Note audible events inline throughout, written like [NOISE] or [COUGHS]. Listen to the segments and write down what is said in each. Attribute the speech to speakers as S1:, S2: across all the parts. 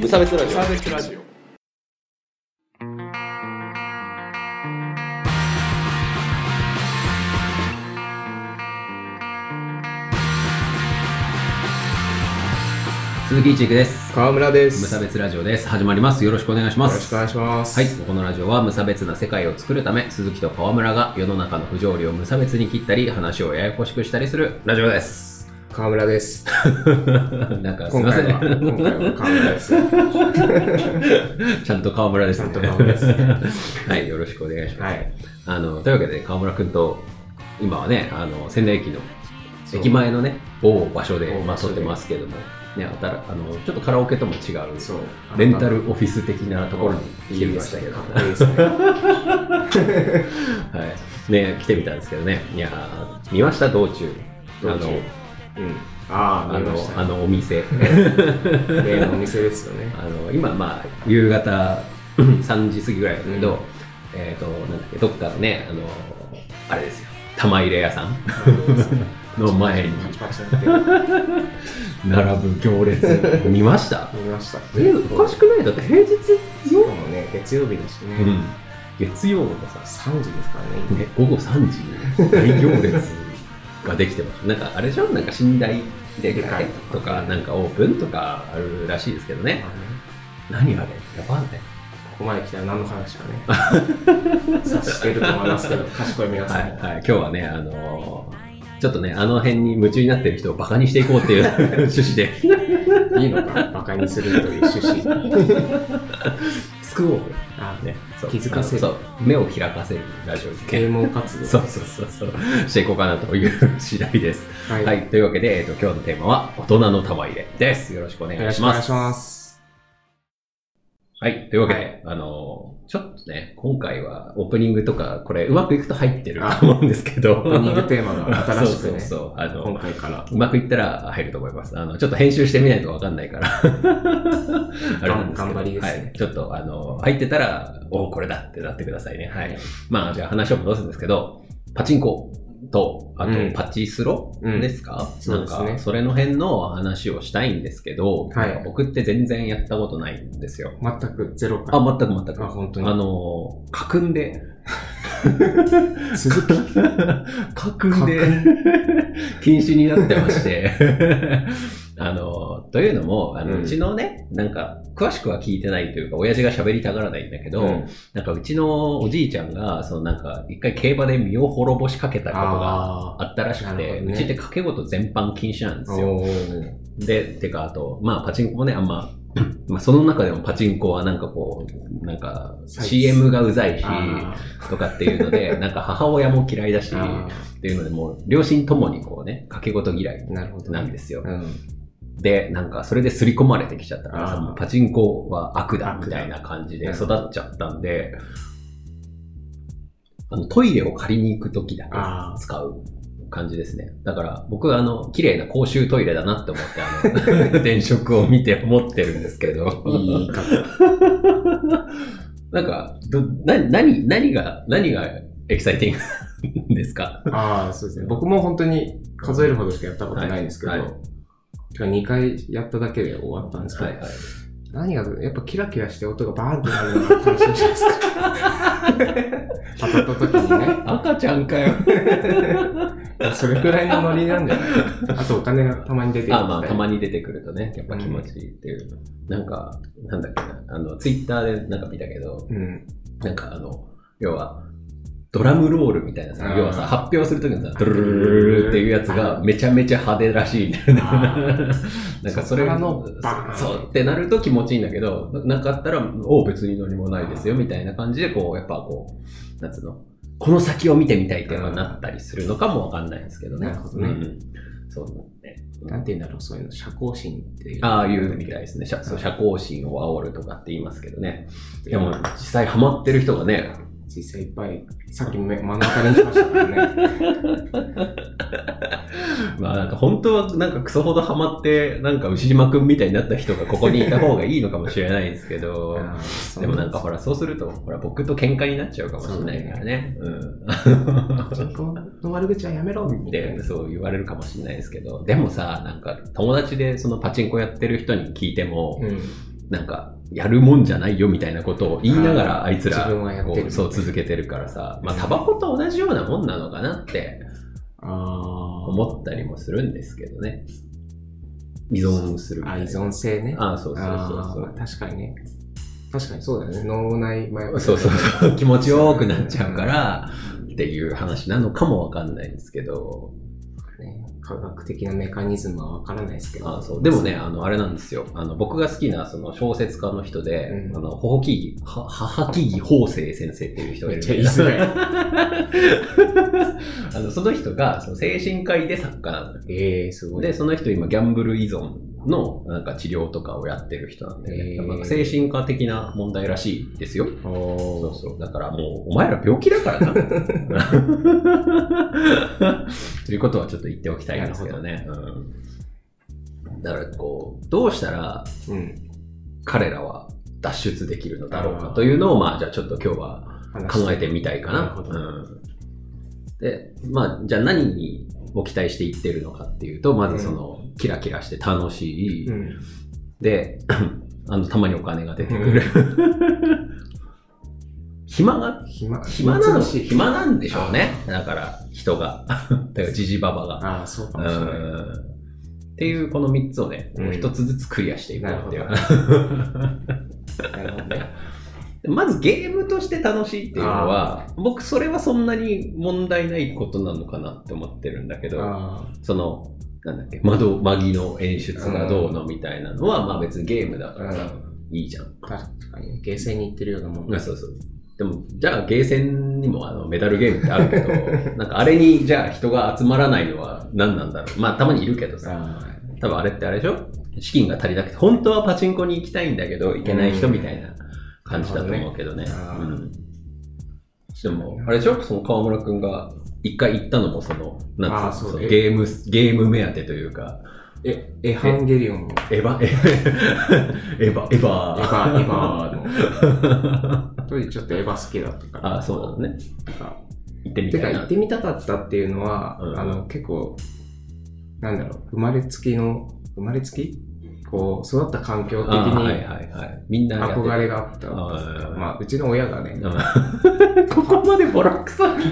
S1: 無差別ラジオ
S2: 無差別ラジオ
S3: 鈴木一育です。
S4: 川村です。
S3: 無差別ラジオです。始まります。よろしくお願いしま
S4: よろしく
S3: す。
S4: お願いします。
S3: はい。このラジオは無差別な世界を作るため、鈴木と河村が世の中の不条理を無差別に切ったり、話をややこしくしたりするラジオ
S4: [LAUGHS]
S3: [LAUGHS] です。
S4: 川村です。
S3: なんかすい
S4: 今
S3: ませ
S4: 回は、
S3: ん。
S4: 今回は川村です。
S3: [LAUGHS] ちゃんと河村です
S4: ちゃんと
S3: ね。
S4: 川村です。
S3: [LAUGHS] はい。よろしくお願いします。
S4: はい。
S3: あの、というわけで、河村くんと、今はね、あの、仙台駅の、
S4: そう
S3: 駅前のね、某場所で
S4: 某、
S3: まあ、
S4: 場所
S3: 撮っ
S4: で
S3: てますけども、ね、あたらあの、ちょっとカラオケとも違う、
S4: そう。
S3: レンタルオフィス的なところに来てみましたけど、
S4: かっこいいですね。
S3: はい、ね来てみたんですけどね、いやー見ました、道中、
S4: 道中うん。ああ、
S3: あのあ
S4: 見まし
S3: の
S4: た
S3: あ
S4: ね。
S3: の
S4: [LAUGHS]
S3: お店、
S4: 例のお店ですよね。
S3: あの今、まあ、夕方 [CLEARS THROAT] 3時過ぎぐらいだけど、
S4: うん
S3: えーとなんだっけどっかのね、あのあれですよ、玉入れ屋さん [LAUGHS] の前に
S4: パチパチパチやって
S3: 並ぶ行列、見ました
S4: 見ました。
S3: [LAUGHS] えおかしくないだって平日
S4: 今日も
S3: よ、
S4: ね、月曜日だし
S3: う
S4: ね。
S3: ん、月曜のさ、
S4: 3時ですからね、今
S3: ね、午後3時に大行列ができてました。なんかあれでしょなんか寝台で
S4: で
S3: か
S4: か
S3: い
S4: い
S3: とか、なんかオープンとかあるらしいですけどね。
S4: まあね
S3: 何あれやばいね。
S4: ここまで来たら何の話かね。
S3: [LAUGHS]
S4: 察してると思いますけど、賢い皆
S3: は
S4: さん
S3: い、
S4: も。
S3: はい。今日はね、あのーちょっとね、あの辺に夢中になってる人をバカにしていこうっていう趣旨で、
S4: いいのか、馬鹿にするという趣旨。
S3: [LAUGHS] 救おう。
S4: あ
S3: ね、そう
S4: 気づかせる
S3: そう。目を開かせるラジオです
S4: 啓
S3: ね。
S4: 蒙活動。
S3: そうそうそうそう。していこうかなという次第です。
S4: は
S3: はい。というわけで、えっと、今日のテーマは、大人の玉入れです。よろしくお願
S4: よろ
S3: い
S4: し
S3: し
S4: くお
S3: ま
S4: 願い
S3: す
S4: し。ます。
S3: はい。というわけで、
S4: はい
S3: あのー、ちょっとね、今回はオープニングとか、これ、うまくいくと入ってると思うんですけど、
S4: オープニングテーマが新しくね、
S3: [LAUGHS] そうそうそうあの
S4: 今回から
S3: うまくいったら入ると思います。あの、ちょっと編集してみないとわかんないから。
S4: [LAUGHS]
S3: あれなんですけど
S4: 頑張りですね
S3: はい。ちょっと、あの、入ってたら、おお、これだってなってくださいね。はい。まあ、じゃあ話を戻すんですけど、パチンコと、あと
S4: うん、
S3: パチスロ
S4: うん
S3: ですか、
S4: そうですね
S3: なんか、それの辺の話をしたいんですけど、
S4: はい
S3: なんか僕って全然やったことないんですよ。
S4: 全くゼロか
S3: あ、全く全く。
S4: ら。あ、本当
S3: あ
S4: に。
S3: のー、かくんで、
S4: 鈴木
S3: かくんで、禁止になって
S4: [LAUGHS]
S3: まして、あのー、というのも、あの、う
S4: うん
S3: ちのね、なんか、詳しくは聞いてないというか、親父が喋りたがらないんだけど、
S4: うん
S3: なんか、うちのおじいちゃんが、そのなんか、一回競馬で身を滅ぼしかけたことが、
S4: あ
S3: あったらしく
S4: なるほ
S3: て、
S4: どね
S3: うちって賭け事全般禁止なんで
S4: ー
S3: すよ。
S4: おー
S3: で、てか、あと、まあ、パチンコもね、あんま、まあ、その中でもパチンコはなんかこう、なんか、
S4: 最
S3: CM がうざいし、
S4: あ
S3: とかっていうので、なんか母親も嫌いだし、
S4: ーあ
S3: っていうので、もう両親ともにこうね、掛け事嫌い
S4: ーなるほどね。
S3: なんですよ。
S4: うん。
S3: で、なんかそれで刷り込まれてきちゃったから
S4: あ
S3: さ、
S4: ー
S3: もうパチンコは悪だ
S4: 悪だ
S3: みたいな感じで
S4: うん
S3: 育っちゃったんで、あのトイレを借りに行く時だけ
S4: あー
S3: 使う感じですね。だから僕、あの、綺麗な公衆トイレだなって思って、あの、電飾を見て思ってるんですけど。
S4: いい言い方。
S3: [LAUGHS] なんか、ど、な、何、何が、何がエキサイティングですか
S4: ああ、そうですね。僕も本当に数えるほどしかやったことないんですけど、
S3: はい
S4: て
S3: はい
S4: か2回やっただけで終わったんですけど、
S3: はい。
S4: 何が、やっぱキラキラして音がバーンってなるのが楽しいじゃないですか。当たった時にね。
S3: 赤ちゃんかよ。 [LAUGHS]
S4: それくらいのノリなんじゃないあとお金がたまに出てき
S3: あ、まあ、たま
S4: に。
S3: に出てくるとね、やっぱ気持ちいいっていう。なんか、なんだっけな、あの、ツイッターでなんか見たけど、
S4: うん。
S3: なんかあの、要は、ドラムロールみたいなさ
S4: う、ん
S3: 要はさ、発表するときのさ、ドゥルルルルルルっていうやつがめちゃめちゃ派手らしいんだよね
S4: あ。
S3: なんかそれ
S4: そっか
S3: が
S4: らのバーン
S3: そうってなると気持ちいいんだけど、ななかったら、おう別に何もないですよみたいな感じで、こう、やっぱこう、なんつうの、この先を見てみたいっていうのがなったりするのかもわかんないんですけどね。
S4: なるほどね
S3: うんそうね。
S4: なんて言うんだろう、そういうの、社交心っていう。
S3: ああいうみたいですね。社そう社交心を煽るとかって言いますけどね。いやもう実際ハマってる人がね、
S4: 実際いっぱい、さっきも目目の当たりにしましたから
S3: [LAUGHS]
S4: ね。
S3: まあなんか本当はなんかクソほどハマって、なんか牛島くんみたいになった人がここにいた方がいいのかもしれないですけ [LAUGHS] ど、
S4: ああそう
S3: でもなんかほら、そうすると、ほら、僕と喧嘩になっちゃうかもしれないからね。うん。
S4: 人口の悪口はやめろみたい
S3: で
S4: な。
S3: そう言われるかもしれないですけど、でもさ、なんか友達でそのパチンコやってる人に聞いても、
S4: うん。
S3: なんか、やるもんじゃないよみたいなことを言いながら、あいつら
S4: 自分はやってる
S3: こうそう続けてるからさ、まあ、タバコと同じようなもんなのかなって
S4: あ
S3: 思ったりもするんですけどね。依存するみ
S4: ー
S3: た
S4: あ、
S3: い
S4: 依
S3: な。
S4: 存性ね。
S3: ああ、そうそう
S4: あー確かにね。確かにそうだよね。脳内麻薬。
S3: そうそうそう。そうそう。気持ちよくなっちゃうから、っていう話なのかもわかんないんですけど。
S4: ね科学的なメカニズムはわからないですけど。
S3: あそうでもね、あの、あれなんですよ。あの、僕が好きな、その、小説家の人で、
S4: うん
S3: あの、ほほきぎ、は、母木ぎ法生先生っていう人がい
S4: めっ
S3: るん
S4: ちゃ
S3: だ
S4: 言
S3: け
S4: い
S3: ど
S4: づらい。
S3: [LAUGHS] あの、その人が、その、精神科医で作家なんだよ。
S4: ええー、すごい。
S3: で、その人今、ギャンブル依存の、なんか治療とかをやってる人なんで、ね
S4: へー
S3: なんか精神科的な問題らしいですよ。そ
S4: お
S3: う
S4: ー
S3: そう。だからもう、お前ら病気だからな。ということはちょっと言っておきたいんですけどね。うん、だからこう、どうしたら
S4: うん。
S3: 彼らは脱出できるのだろうかというのを、まあじゃあちょっと今日は
S4: 話
S3: 考えてみたいか
S4: な
S3: な。
S4: るほど
S3: うん、で、まあじゃあ何にを期待していってるのかっていうと、まずその、キラキラして楽しい。
S4: うん。
S3: で、 [COUGHS] あの、たまにお金が出てくる。 [LAUGHS] 暇が
S4: 暇、
S3: 暇なの
S4: 暇つぶし
S3: 暇なんでしょうね。だから、人が。 [LAUGHS] だから、じじばばが。
S4: ああ、そうか
S3: う
S4: もしれない。
S3: ん。っていう、この3つをね、
S4: うん
S3: 一つずつクリアしていこうっていう
S4: なる。なるほどね。
S3: まずゲームとして楽しいっていうのは、僕それはそんなに問題ないことなのかなって思ってるんだけど、
S4: あ
S3: その、なんだっけ、窓、マギの演出がどうのみたいなのは、まあ別にゲームだ
S4: あ、
S3: か
S4: う
S3: らさ、
S4: ん。
S3: いいじゃん。
S4: 確かに。ゲーセンに行ってるようなもん
S3: あそうそう。でも、じゃあ、ゲーセンにもあのメダルゲームってあるけど、なんかあれに、じゃあ人が集まらないのは何なんだろう。まあ、たまにいるけどさ、
S4: あ
S3: 多分あれってあれでしょ資金が足りなくて、本当はパチンコに行きたいんだけど、行けない人みたいな感じだと思うけどね。
S4: なるほ
S3: う
S4: どね
S3: ん、でも、あれでしょその川村くんが一回行ったのも、その、なん
S4: あ
S3: つ
S4: そ
S3: うの
S4: う
S3: その
S4: え
S3: ゲーム、ゲーム目当てというか、
S4: ーえ、エハンゲリオンの。
S3: エ [LAUGHS] ヴァ、エヴァ、エヴ
S4: エ
S3: ァ
S4: ヴァ、エヴァの。当時ちょっとエヴァ好きだったから。
S3: [LAUGHS] あ、そうなのね。
S4: なんか
S3: 行ってみ
S4: て
S3: たい
S4: か
S3: な。
S4: 行ってみたかったっていうのは、
S3: うん
S4: あの結構なんだろう生まれつきの生まれつきこう育った環境的
S3: あーはい
S4: に
S3: はいはい。みんなやってる
S4: 憧れがあった、
S3: あー
S4: まあ、うちの親がね、
S3: うんここまでボロクソに。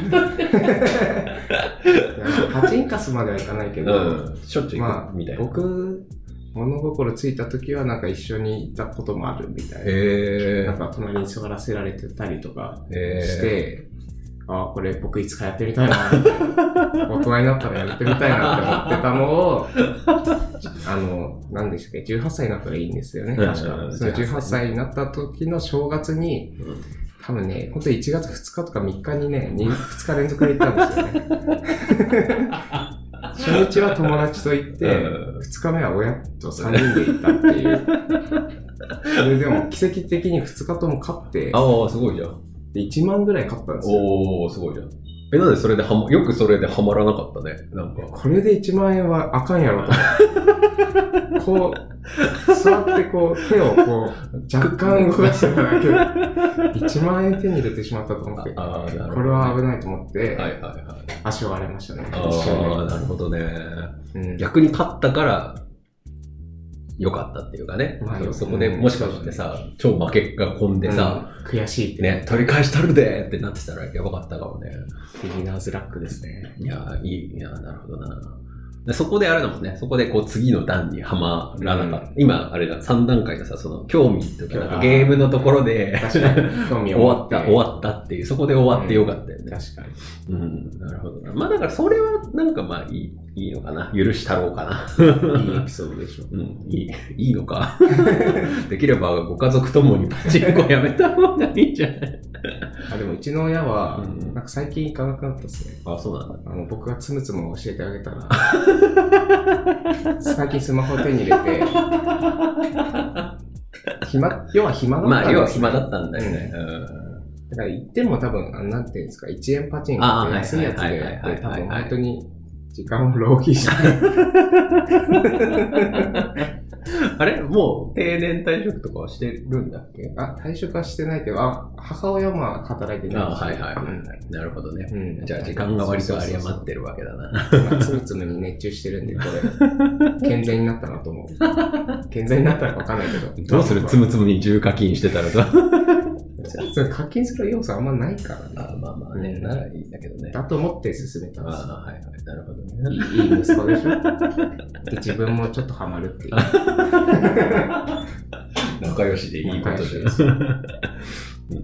S4: パチンカスまではいかないけど、
S3: うん。しょっちゅう行
S4: ま
S3: くみた
S4: あ
S3: いな。
S4: 僕物心ついた時はなんか一緒にいたこともあるみたいな,、
S3: へ
S4: なんか隣に座らせられてたりとか
S3: え。へ
S4: して、
S3: え。
S4: ああこれ僕いつかやってみたいなみ [LAUGHS] たいな大人になったらやってみたいなって思ってたのを
S3: [LAUGHS]
S4: あの何でしたっけ18歳になったらいいんですよね
S3: うん
S4: 確か、
S3: うん
S4: その18歳になった時の正月に
S3: うん
S4: 多分ね本当に1月2日とか3日にね 2, 日連続で行ったんですよね初
S3: [LAUGHS]
S4: 日は友達と行って、
S3: うん
S4: 2日目は親と3人で行ったっていう。それでも奇跡的に2日とも勝って、
S3: ああ、すごいじゃん。
S4: で1万ぐらい勝ったんですよ。
S3: おおすごいじゃん。え、なんでそれではま、よくそれでハマらなかったね。なんか。
S4: これで1万円はあかんやろと。こう、座ってこう、手をこう、若干動かしてただけで、1万円手に入れてしまったと思って、
S3: ああ、なるほど。
S4: これは危ないと思って、
S3: はいはいはい。
S4: 足を割れましたね。一
S3: ああ、
S4: 瞬
S3: なるほどね。
S4: で。うん
S3: 逆に勝ったから、良かったっていうかね。
S4: まあ
S3: そうそこでもしかしてさ、超負けが込んでさ、、
S4: うん悔しいって、
S3: ね、取り返したるでってなってたらやばかったかもね。
S4: ビギナーズラックです
S3: [LAUGHS]
S4: ね。
S3: いやー、いい、いやーなるほどな。でそこであれだもんね、そこでこう次の段にはまらなかった。今、あれだ、3段階のさ、その興味とかなんか
S4: あー
S3: ゲームのところで
S4: 確かに、興味
S3: 終
S4: を
S3: わった、終
S4: っ
S3: わったっていう、そこで終わってよかったよ
S4: て
S3: ね。
S4: 確かに。
S3: うん、なるほどな。まあだからそれはなんかまあいい、いいのかな。許したろうかな。
S4: いいエピソードでしょ。
S3: うん、いい、いいの [LAUGHS] か。できればご家族ともにパチンコやめた方がいいんじゃない
S4: あでも、うちの親は、
S3: うん
S4: なんか最近行かなくなったですね。
S3: あ、そうなんだ。
S4: あの僕がつむつむ教えてあげた
S3: [LAUGHS]
S4: ら最近スマホ手に入れて暇要は暇だったん
S3: まあ、
S4: です
S3: 要は暇だったんだよね。うん
S4: だから行っても多分あのなんていうんですか1円パチンコ
S3: あ
S4: っ
S3: ー
S4: て安いやつ
S3: は
S4: で
S3: いはい
S4: やっ
S3: はいはい
S4: て多
S3: はい
S4: 分本当に時間を浪費して
S3: あれもう定年退職とかはしてるんだっけ
S4: あ、退職はしてないけど、あ、母親はまあ働いてない
S3: あはいはい
S4: うん
S3: なるほどね。
S4: うん
S3: じゃあ時間が割とあり余ってるわけだな。
S4: そうそうそう今つむつむに熱中してるんで、これ、健全になったなと思う。健全になったのかわかんないけど。
S3: どうするつむつむに重課金してたらさ。
S4: それ課金する要素あんまないからね。
S3: [LAUGHS] あまあまあね、
S4: うん
S3: ならいいんだけどね。
S4: だと思って進めたんですよ
S3: あはいはい。なるほどね。
S4: いいいい息子でしょで自分もちょっとハマるっていう。
S3: 仲良しでいいこと
S4: 仲
S3: で
S4: 良し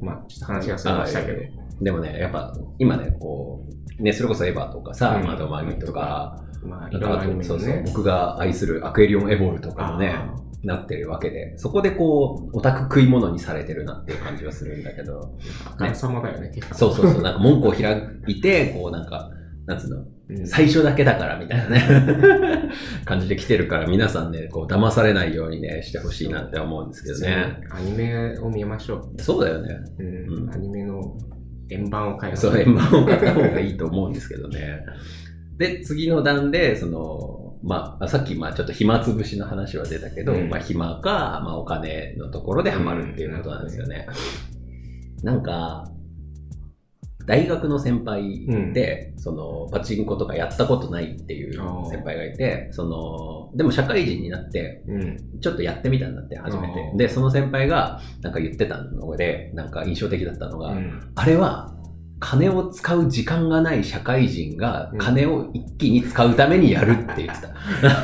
S4: まあ、ちょっと話がそれましたけど。
S3: でもね、やっぱ今ね、こう、ね、それこそエヴァとかさ、
S4: うん
S3: 窓マギとか、
S4: まあ、い
S3: な
S4: ろ
S3: ん
S4: ん
S3: か
S4: な
S3: あ
S4: アニ
S3: と
S4: メ
S3: そ
S4: の
S3: うそう
S4: ね。
S3: 僕が愛するアクエリオンエボルとかもね、
S4: あ
S3: なってるわけで、そこでこう、オタク食い物にされてるなっていう感じはするんだけど、
S4: ー、あからさまだよね、結構。
S3: そうそうそう、なんか門戸を開いて、こうなんか、なんつうの、
S4: うん
S3: 最初だけだからみたいなね、 [LAUGHS] 感じで来てるから、皆さんね、こう、騙されないようにね、してほしいなって思うんですけどね。
S4: アニメを見ましょう。
S3: そうだよね。
S4: うん
S3: うん
S4: アニメの円盤を変え
S3: そう、円盤を買った方がいいと思うんですけどね。で、次の段で、その、まあ、さっき、まあ、ちょっと暇つぶしの話は出たけど、
S4: うん
S3: まあ、暇か、まあ、お金のところでハマるっていうことなんですよね。なんか、大学の先輩で、その、パチンコとかやったことないっていう先輩がいて、その、でも社会人になって、
S4: うん。
S3: ちょっとやってみたんだって、初めて
S4: あ。ー
S3: で、その先輩が、なんか言ってたので、なんか印象的だったのが、
S4: うん
S3: あれは、金を使う時間がない社会人が金を一気に使うためにやるって言 [LAUGHS] ってた。
S4: な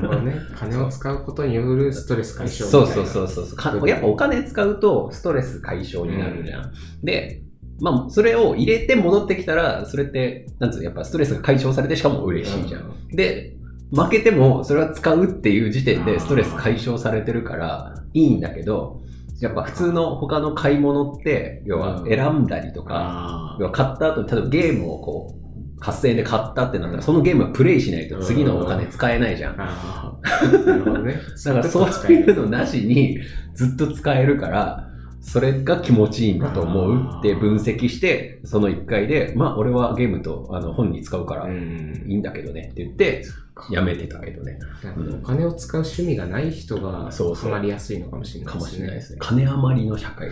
S4: るほどね。金を使うことによるストレス解消みたい
S3: そう
S4: な。
S3: そうそうそうか。やっぱお金使うとストレス解消になるじゃん。で、まあ、それを入れて戻ってきたら、それって、なんつうの、やっぱストレスが解消されてしかも嬉しいじゃん。
S4: ん。
S3: で、負けてもそれは使うっていう時点
S4: あ
S3: で
S4: ー
S3: ストレス解消されてるからいいんだけど、やっぱ普通の他の買い物って、要は選んだりとか、
S4: あ
S3: 要は買った後に、例えばゲームをこう、8000円で買ったってなっ
S4: う
S3: たら、
S4: ん
S3: そのゲームはプレイしないと次のお金使えないじゃん。だ
S4: あー。なるほどね。
S3: からそういうのなしにずっと使えるから、それが気持ちいいんだと思うって分析して、その1回で、まあ俺はゲームとあの本に使うから
S4: う
S3: い
S4: ん。
S3: いんだけどねって言って、やめてたけどね。
S4: なんかお金を使う趣味がない人が
S3: そうそ
S4: ハ
S3: う
S4: マりやすいのかもしれな
S3: か
S4: いで
S3: もし
S4: す
S3: れないで
S4: ね。
S3: すね。金余りの社会。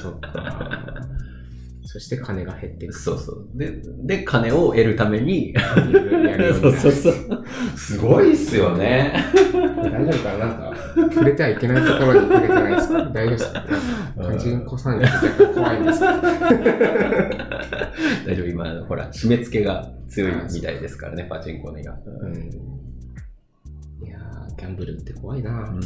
S4: そうか。そして金が減っていく。
S3: そうそう。で、で、金を得るために、
S4: いろいろやるよう
S3: [LAUGHS]
S4: になる
S3: う。すごいっすよね。
S4: 大丈夫かななんか、触れてはいけないところに触れてないですか大丈夫ですかパチンコさんが若干怖いんですけど。
S3: 大丈夫、今、ほら、締め付けが強いみたいですからね、パチンコねが。
S4: うん。いやー、ギャンブルって怖いな
S3: うんうん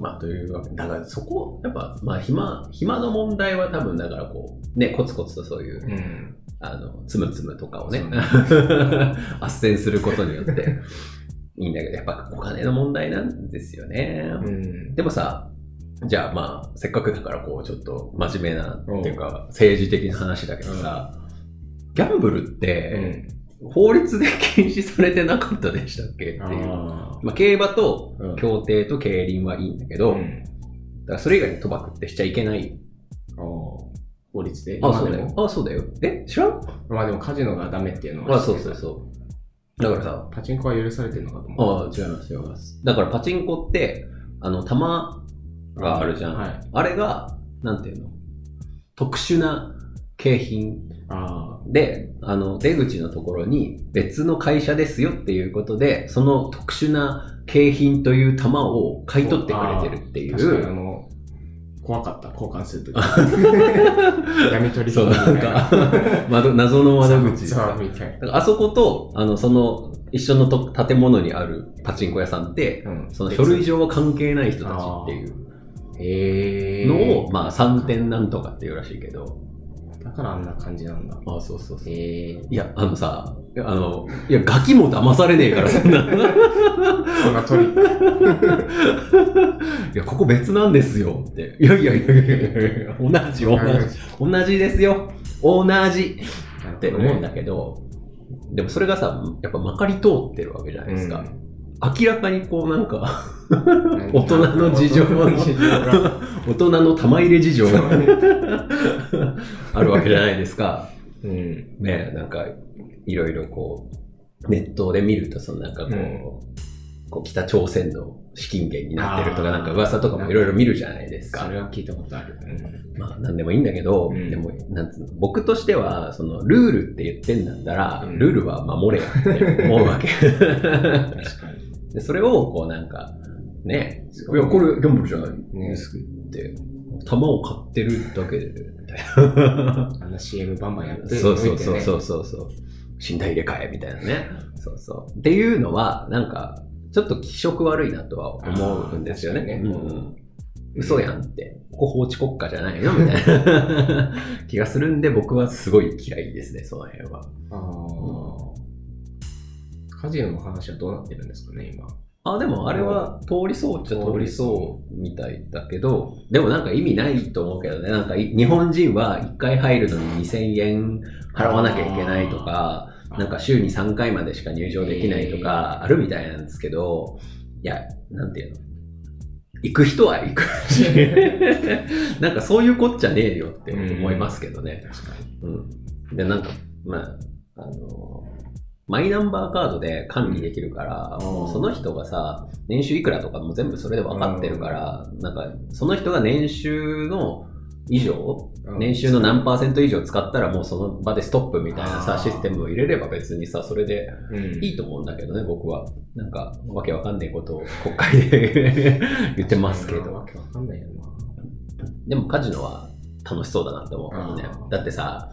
S3: まあ、というわけでだからそこ、やっぱ、まあ、暇、暇の問題は多分、だからこう、ね、コツコツとそういう、
S4: うん。
S3: あの、つむつむとかをね
S4: そう、
S3: [LAUGHS] 圧旋することによって、いいんだけど、やっぱお金の問題なんですよね。
S4: うん。
S3: でもさ、じゃあまあ、せっかくだからこう、ちょっと真面目な、っていうか、政治的な話だけどさ、ギャンブルって、法律で禁止されてなかったでしたっけっていう。
S4: あ
S3: まあ、競馬と
S4: うん
S3: 競艇と競輪はいいんだけ
S4: ー
S3: ど、
S4: う
S3: だ
S4: ん
S3: からそれ以外に賭博ってしちゃいけない。
S4: あー法律で。
S3: あ、
S4: ま
S3: そう
S4: で
S3: だよ
S4: も。。
S3: あ、そうだよ。え知らん
S4: まあでもカジノがダメっていうのは。
S3: あ、そうそうそう。だからさ、
S4: パチンコは許されてるのかと思う。
S3: あ違います、違います。だからパチンコって、あの、玉があるじゃん。
S4: はい。
S3: あれが、なんていうの特殊な景品
S4: あ
S3: で、あの、出口のところに別の会社ですよっていうことで、その特殊な景品という玉を買い取ってくれてるってい
S4: あ、確かにあ
S3: う。
S4: の、怖かった、交換するとき。闇取引み
S3: そう、
S4: た
S3: ないんか、窓謎の窓口。
S4: ざわざわみたい
S3: だからあそこと、あの、その、一緒のと建物にあるパチンコ屋さんって、
S4: な。うん
S3: その書類上は関係ない人たちっていう
S4: へー
S3: のを、まあ、3点なんとかっていうらしいけど。
S4: だからあんな感じなんだ。
S3: ああ、そうそうそう。
S4: へえ。
S3: いや、あのさ、いやあの、いや、ガキも騙されねえから、そんな。 [LAUGHS]
S4: そんなトリック。
S3: いや、ここ別なんですよって。いやいやいやいやいやいや同じ、同じ。同じですよ。同じって思うんだけど、でもそれがさ、やっぱまかり通ってるわけじゃないですか。明らかにこうなんか、
S4: うん
S3: [LAUGHS] 大人の事情
S4: 大人の事情が。
S3: 大人の玉入れ事情があるわけじゃないですか。 [LAUGHS]
S4: うん。
S3: ねなんか、いろいろこう、ネットで見ると、そのなんかこう、こう北朝鮮の資金源になってるとか、
S4: あー
S3: なんか噂とかもいろいろ見るじゃないです
S4: そ
S3: か。
S4: れは聞いたことある。うん
S3: まあ、なんでもいいんだけど、
S4: うん
S3: でも、なんつうの、僕としては、その、ルールって言ってんだったら、
S4: うん
S3: ルールは守れよ [LAUGHS] って思うわけ。
S4: 確かに。
S3: でそれを、こうなんか、ね、
S4: いやこれ
S3: ギャンブルじゃない
S4: ね
S3: って、弾を買ってるだけで、みたいな。
S4: あんな CM バンバンやって。
S3: そうそうそうそううそうそう。死んだ入れ替えみたいなね。そうそう。っていうのは、なんか、ちょっと気色悪いなとは思うんですよね。
S4: あー確
S3: う
S4: かに
S3: ん
S4: ね
S3: うん嘘やんって。ここ法治国家じゃないのみた
S4: [LAUGHS]
S3: いな気がするんで、僕はすごい嫌いですね、その辺は。
S4: ああ。カジノの話はどうなってるんですかね、今。
S3: あ、でもあれは通りそうっちゃ通りそうみたいだけど、でもなんか意味ないと思うけどね、なんかい日本人は1回入るのに2000円払わなきゃいけないとか、なんか週に3回までしか入場できないとかあるみたいなんですけど、いや、なんていうの行く人は行く [LAUGHS] し、なんかそういうこっちゃねえよって思いますけどね。
S4: 確かに。
S3: うん。で、なんか、まあ、あの、マイナンバーカードで管理できるから、
S4: うん
S3: もうその人がさ、年収いくらとかも全部それで分かってるから、なんか、その人が年収の以上、年収の何パーセント以上使ったらもうその場でストップみたいなさ、
S4: あー
S3: システムを入れれば別にさ、それで
S4: うん
S3: いいと思うんだけどね、僕は。なんか、わけわかんないことを国会で [LAUGHS] 言ってますけど
S4: わ。けわかんないよ
S3: でもカジノは楽しそうだなって思うからね
S4: あ。ー
S3: だってさ、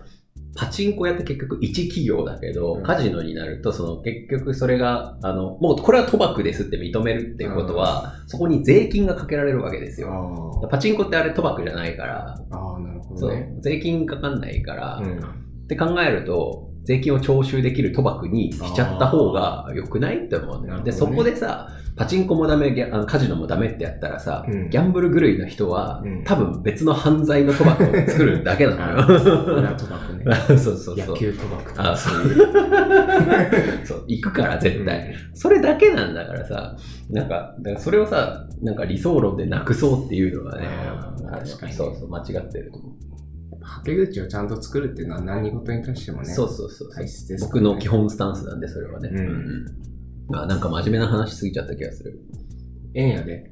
S3: パチンコやって結局一企業だけど、
S4: うん
S3: カジノになるとその結局それが、あの、もうこれは賭博ですって認めるっていうことは、そこに税金がかけられるわけです
S4: な。
S3: よ。
S4: あ
S3: パチンコってあれ賭博じゃないから、
S4: あ。ああ、なるほ
S3: そ
S4: ど
S3: う
S4: ね。
S3: 税金かかんないから、
S4: うん
S3: って考えると、税金を徴収できる賭博にしちゃった方が良くないって思う
S4: なる
S3: ね
S4: ほどね
S3: で、そこでさ、パチンコもダメ、ギャあのカジノもダメってやったらさ、
S4: うん
S3: ギャンブル狂いの人は、
S4: うん
S3: 多分別の犯罪の賭博を作るだけ [LAUGHS] なのよ。
S4: 裏賭博ね。
S3: そうそうそう。
S4: 野球賭博と
S3: あ
S4: か。
S3: そう
S4: いう。 [LAUGHS]
S3: そう行くから絶対、それだけなんだからさなんかだからそれをさなんか理想論でなくそうっていうのはね
S4: あー
S3: あの
S4: 確かに
S3: そうそう間違ってると思う、
S4: はけ口をちゃんと作るっていうのは何事に対してもね、
S3: そうそうそうそう
S4: 大切ですか
S3: 僕
S4: らね、
S3: の基本スタンスなんで、それはね。
S4: うん
S3: まあ、なんか真面目な話しすぎちゃった気が
S4: [LAUGHS]
S3: する。
S4: ええんや
S3: [LAUGHS]
S4: で。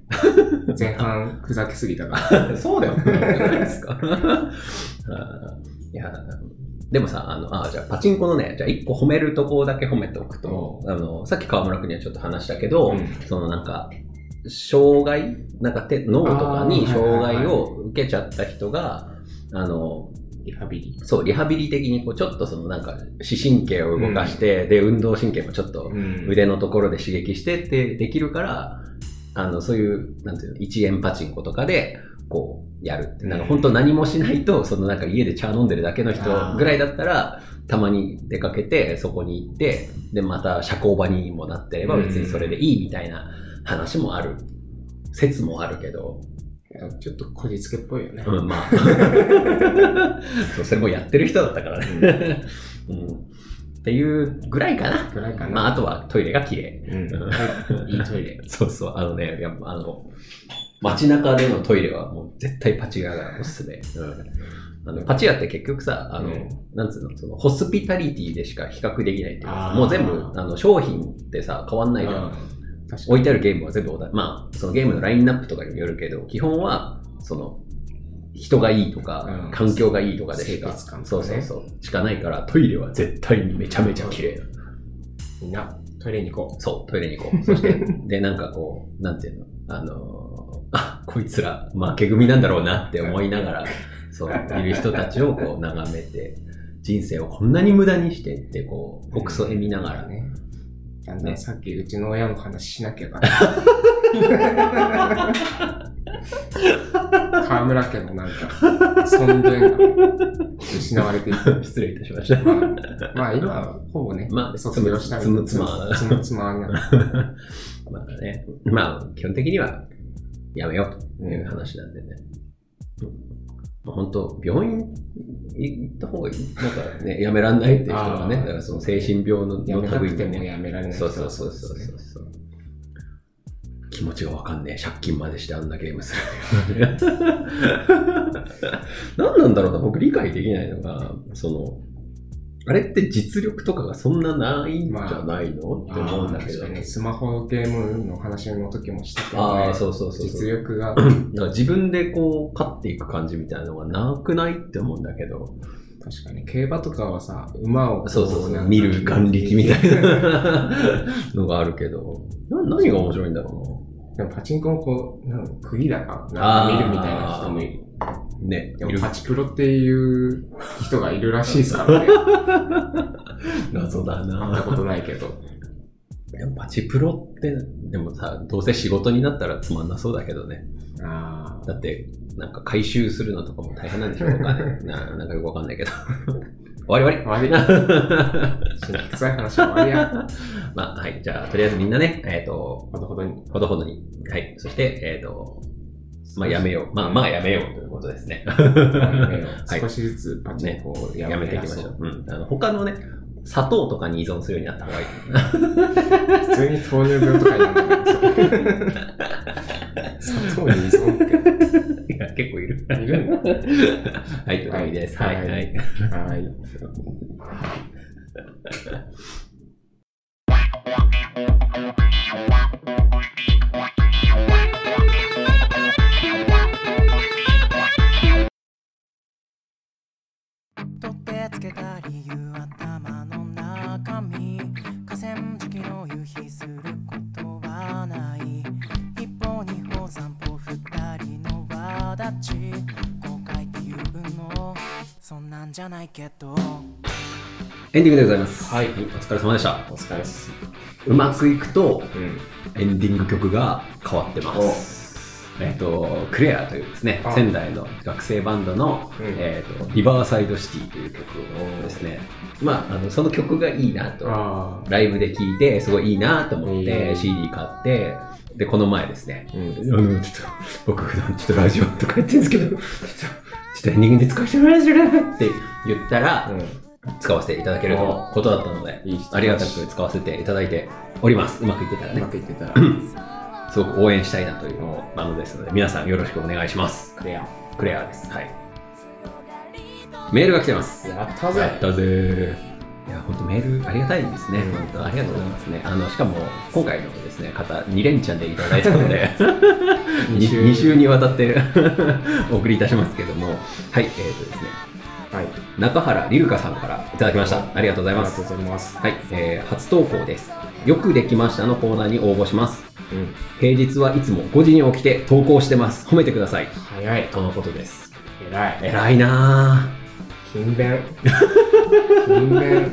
S4: 前半、ふざけすぎたから。
S3: そうだよ。じゃないですか。 [LAUGHS] あーいや、でもさ、あの、あーじゃあパチンコのね、じゃあ一個褒めるとこだけ褒めておくと、あの、さっき川村君にはちょっと話したけど、
S4: うん
S3: そのなんか、障害なんか手脳とかに
S4: あーはいは
S3: 障
S4: いはい
S3: 害を受けちゃった人が、あの、
S4: リハビリ。
S3: そう、リハビリ的にこう、ちょっとそのなんか、視神経を動かして、で、運動神経もちょっと
S4: うん
S3: 腕のところで刺激してってできるから、あの、そういう、なんていうの、1円パチンコとかで、こう、やるって。なんか
S4: うん
S3: 本当何もしないと、そのなんか家で茶飲んでるだけの人ぐらいだったら、たまに出かけて、そこに行って、で、また社交場にもなってれば別にそれでいいみたいな話もある。説もあるけど、
S4: ちょっとこじつけっぽいよね。
S3: うん、まあ。
S4: [LAUGHS]
S3: そう、それもやってる人だったからね。うん。っていうぐらいかな。
S4: ぐらいかな。
S3: まあ、あとはトイレが綺麗。
S4: うんいいトイレ。
S3: [LAUGHS] そうそう、あのね、やっぱあの、街中でのトイレはもう絶対パチ屋がおすすめ。あのパチ屋って結局さ、あの、
S4: うん
S3: なんつうの、そのホスピタリティでしか比較できないっていうか
S4: あー
S3: もう全部、あの、商品ってさ、変わんないじゃん。
S4: うん確か
S3: 置い
S4: に。
S3: てあるゲームは全部お題、まあ、そのゲームのラインナップとかにもよるけど、基本は、その、人がいいとか、
S4: うん
S3: 環境がいいとかでしか、
S4: 清潔感と
S3: そ
S4: か
S3: う
S4: ね
S3: そうそう、しかないから、トイレは絶対にめちゃめちゃ綺麗な
S4: みんな、トイレに行こ
S3: そう、トイレに行
S4: [LAUGHS]
S3: こう。そして、で、なんかこう、なんていうの、あのーあ、こいつら、負け組なんだろうなって思いながら、そう、いる人たちをこう眺めて、人生をこんなに無駄にしてって、こう、
S4: う。
S3: 奥底見ながら
S4: う
S3: ね。 [LAUGHS]
S4: んね。だんだ
S3: ね
S4: んさっき、うちの親の話しなきゃだ。
S3: [LAUGHS]
S4: 河村家のなんか、存分が失われていく。
S3: 失礼いたしました。 [LAUGHS]
S4: まあ、まあ今はほぼね、
S3: まあ
S4: 卒業した
S3: つむつむつま
S4: つむつまになる。
S3: まあね、まあ、基本的には、やめようという話なんでね。まあ本当、病院行った方がいい。なんかね、やめらんないっていう人がね、
S4: あー
S3: だからその精神病の
S4: やめた
S3: 類
S4: く
S3: に
S4: て
S3: ね
S4: もやめられない人
S3: そう
S4: は
S3: そうそうそう
S4: です
S3: そ
S4: ね
S3: うそう。気持ちがわかんねえ。借金までしてあんなゲームする。 [LAUGHS] 何なんだろうな、僕理解できないのが、その、あれって実力とかがそんなないんじゃないの、って思うんだけ
S4: 確
S3: ど
S4: か。にスマホゲームの話の時もしたけど、
S3: あ
S4: ね
S3: あ、、そうそうそうそう。
S4: 実力が、
S3: だから自分でこう、勝っていく感じみたいなのがなくないって思うんだけど。
S4: 確かに競馬とかはさ、馬をこ
S3: そうそうそう
S4: なん。か
S3: 見る眼力みたい [LAUGHS] なのがあるけど。な何が面白いんだろ
S4: でもパチンコもこう、なんか釘だか、
S3: う
S4: な
S3: な。
S4: んか見るみたいな人もいる。
S3: る。ね。
S4: で
S3: い
S4: も
S3: る
S4: パチプロっていう人がいるらしいですからね。
S3: 謎だ
S4: 会った
S3: な
S4: ことないけど。
S3: でもパチプロって、でもさ、どうせ仕事になったらつまんなそうだけどね。
S4: あ
S3: だって、なんか回収するのとかも大変なんでしょうか
S4: [LAUGHS]
S3: ね。ななんかよくわかんないけど。 [LAUGHS] 終わり終
S4: あ。
S3: わ
S4: 悪い
S3: り。
S4: な。辛気臭い話は悪いや。
S3: [LAUGHS]
S4: [LAUGHS]
S3: まあ、はい。じゃあ、とりあえずみんなね、えっ、と、
S4: ほどほどに。
S3: ほどほどに。はい。そして、えっ、と、まあやめよう。まあまあやめようということですね。はい
S4: 少しずつパチンコをや
S3: やめていきましょう。うん。あの他のね、砂糖とかに依存するようになった方がいい。 [LAUGHS]
S4: 普通に糖尿病とかになるんですよ。砂糖に [LAUGHS] 依存っ
S3: いや結構いる。
S4: ているんだ。
S3: [LAUGHS] はい、ということです。は
S4: はい
S3: い、はい。
S4: はい。
S1: 取ってつけた理由頭の中身河川敷の夕日することはない一歩二歩三歩二人の輪立ち後悔っていう分もそんなんじゃないけど
S3: エンディングでございます。
S4: はい
S3: お疲れ様でした。
S4: お疲れです。
S3: うまくいくと、
S4: うん。
S3: エンディング曲が変わってます。えっと、クレアというですね
S4: あ、
S3: 仙台の学生バンドの、
S4: うん
S3: えっと、リバーサイドシティという曲をですね、まあ、あのその曲がいいなと
S4: あ
S3: ライブで聴いて、すごいいいなと思っ
S4: う
S3: て、
S4: ん
S3: CD 買って、で、この前ですね、
S4: あ。うん
S3: あ。の、ちょっと、僕、普段ちょっとラジオとかやってるんですけど、ちょっと、ちょっとエンディングで使わせてもらえないでしょうかって言ったら、使わせていただけるとのことだったので、
S4: いい人
S3: ありがたく使わせていただいております。うまくいってたら
S4: うま
S3: ね、
S4: くいってたら、
S3: すごく応援したいなというものですので、皆さんよろしくお願いします。
S4: クレア。
S3: クレアです。はい。メールが来てます。
S4: やった
S3: やったぜいや本当メールありがたいですね、本当ありがとうございますねあのしかも今回のですね方2連チャンでいただいたので
S4: [LAUGHS] 二週
S3: 2, 週にわたって [LAUGHS] お送りいたしますけどもはいえっ、とですね
S4: はい。
S3: 中原りるかさんからいただきましたありがとうござい
S4: あり
S3: ま
S4: がとう
S3: す
S4: ございます。
S3: はい、えー初投稿ですよくできましたのコーナーに応募します
S4: うん。
S3: 平日はいつも5時に起きて投稿してます褒めてください
S4: 早い。
S3: とのことです
S4: 偉い。
S3: 偉いなぁ
S4: 勤 [LAUGHS] 勉。勤勉。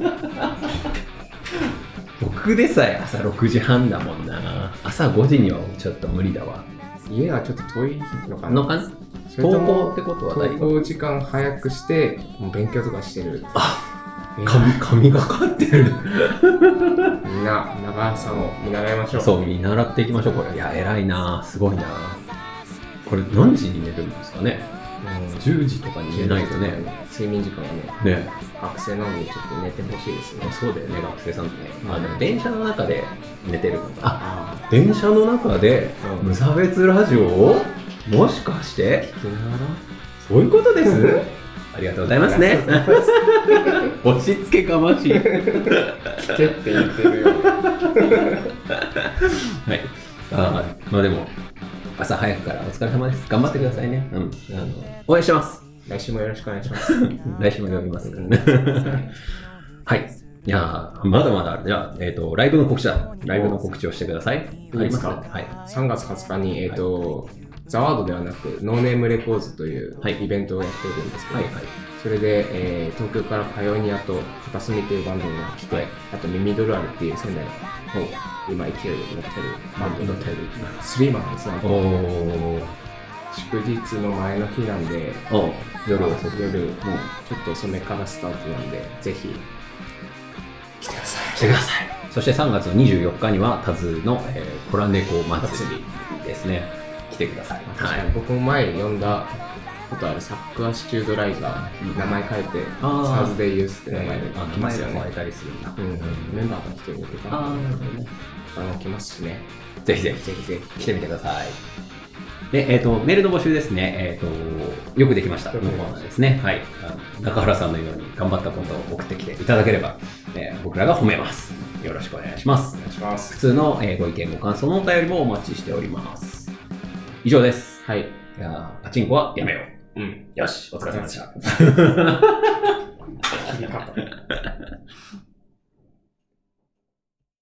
S3: 僕でさえ朝6時半だもんな朝5時にはちょっと無理だわ
S4: 家がちょっと遠いのかな。
S3: のかな
S4: それ
S3: 投
S4: と
S3: 稿っ
S4: も
S3: てことは
S4: 投
S3: 大
S4: 稿時間早くして、もう勉強とかしてる。あ
S3: 神神がかってる
S4: みんな、長さんを見習いましょう。
S3: [LAUGHS] そう見習っていきましょうこれいや偉いなすごいなこれ何時に寝るんですかね
S4: うん。
S3: 10時とかに寝ないとね。
S4: 睡眠時間はね、
S3: ね
S4: 学生なのでちょっと寝てほしいですね。
S3: そうだよね学生さんってね
S4: うん
S3: あの電車の中で寝てるのかあ
S4: あ
S3: 電車の中で
S4: うん
S3: 無差別ラジオをもしかして
S4: あ、聞きながら
S3: そういうことです [LAUGHS] ありがとうございますね [LAUGHS] 押し付けがまし [LAUGHS] い
S4: 聞けって言ってるよ。
S3: はい。あーまあでも、朝早くからお疲れ様です。頑張ってくださいね。うん。あの、応援して [LAUGHS] ます。
S4: 来週もよろしくお願いします。
S3: 来週も呼びますからね。 [LAUGHS] はい。いやーまだまだ、じゃあ、えっ、と、ライブの告知だ。ライブの告知をしてください。あり
S4: いい
S3: ま
S4: ですす
S3: か
S4: か
S3: はい。
S4: 3月20日に、えっ、と、ザワードではなく、ノーネームレコーズという
S3: はい
S4: イベントをやっているんですけど、
S3: はいはい。
S4: それで、えー東京からパヨニアと片隅というバンドが来て、
S3: はい
S4: あとミミドルアルっていう仙台の今勢いに乗ってるバンドのスリーマンですね。
S3: おー。
S4: 祝日の前の日なんで、
S3: おー夜
S4: 夜
S3: 遅く。
S4: 夜もう
S3: もう、
S4: ちょっと遅めからスタートなんで、ぜひ来てください。
S3: してください。そして3月24日には、タズの、えー、コラネコ祭りですね。来てください。
S4: 確かに。僕も前読んだことあるサックアシチュードライザ
S3: うん
S4: ー、名前変えて、サ
S3: あー
S4: ーズデイユースって名前で
S3: あ
S4: 来
S3: 名
S4: ま
S3: 前
S4: すよ
S3: が変え
S4: ね。
S3: たりするんだ。
S4: うん、メンバーが一人と
S3: あ
S4: か、
S3: ー、なるほどね。
S4: あの来ますしね。
S3: ぜひぜひ。
S4: ぜひぜひ。
S3: 来てみてください。で、えっ、と、メールの募集ですね。えっ、と、よくできました。
S4: よ
S3: の
S4: くでき
S3: コ
S4: ました
S3: ーナーですね。はい。あの中原さんのように頑張ったことを送ってきていただければ、えー僕らが褒めます。よろしくお願いします
S4: お。願いしま
S3: 普
S4: す。
S3: 通の、えーご意見、ご感想のお便りもお待ちしております。以上です。
S4: はい。
S3: じゃあ、パチンコはやめよ
S4: うん。
S3: う。よし、お疲れ様でした。
S4: よかった。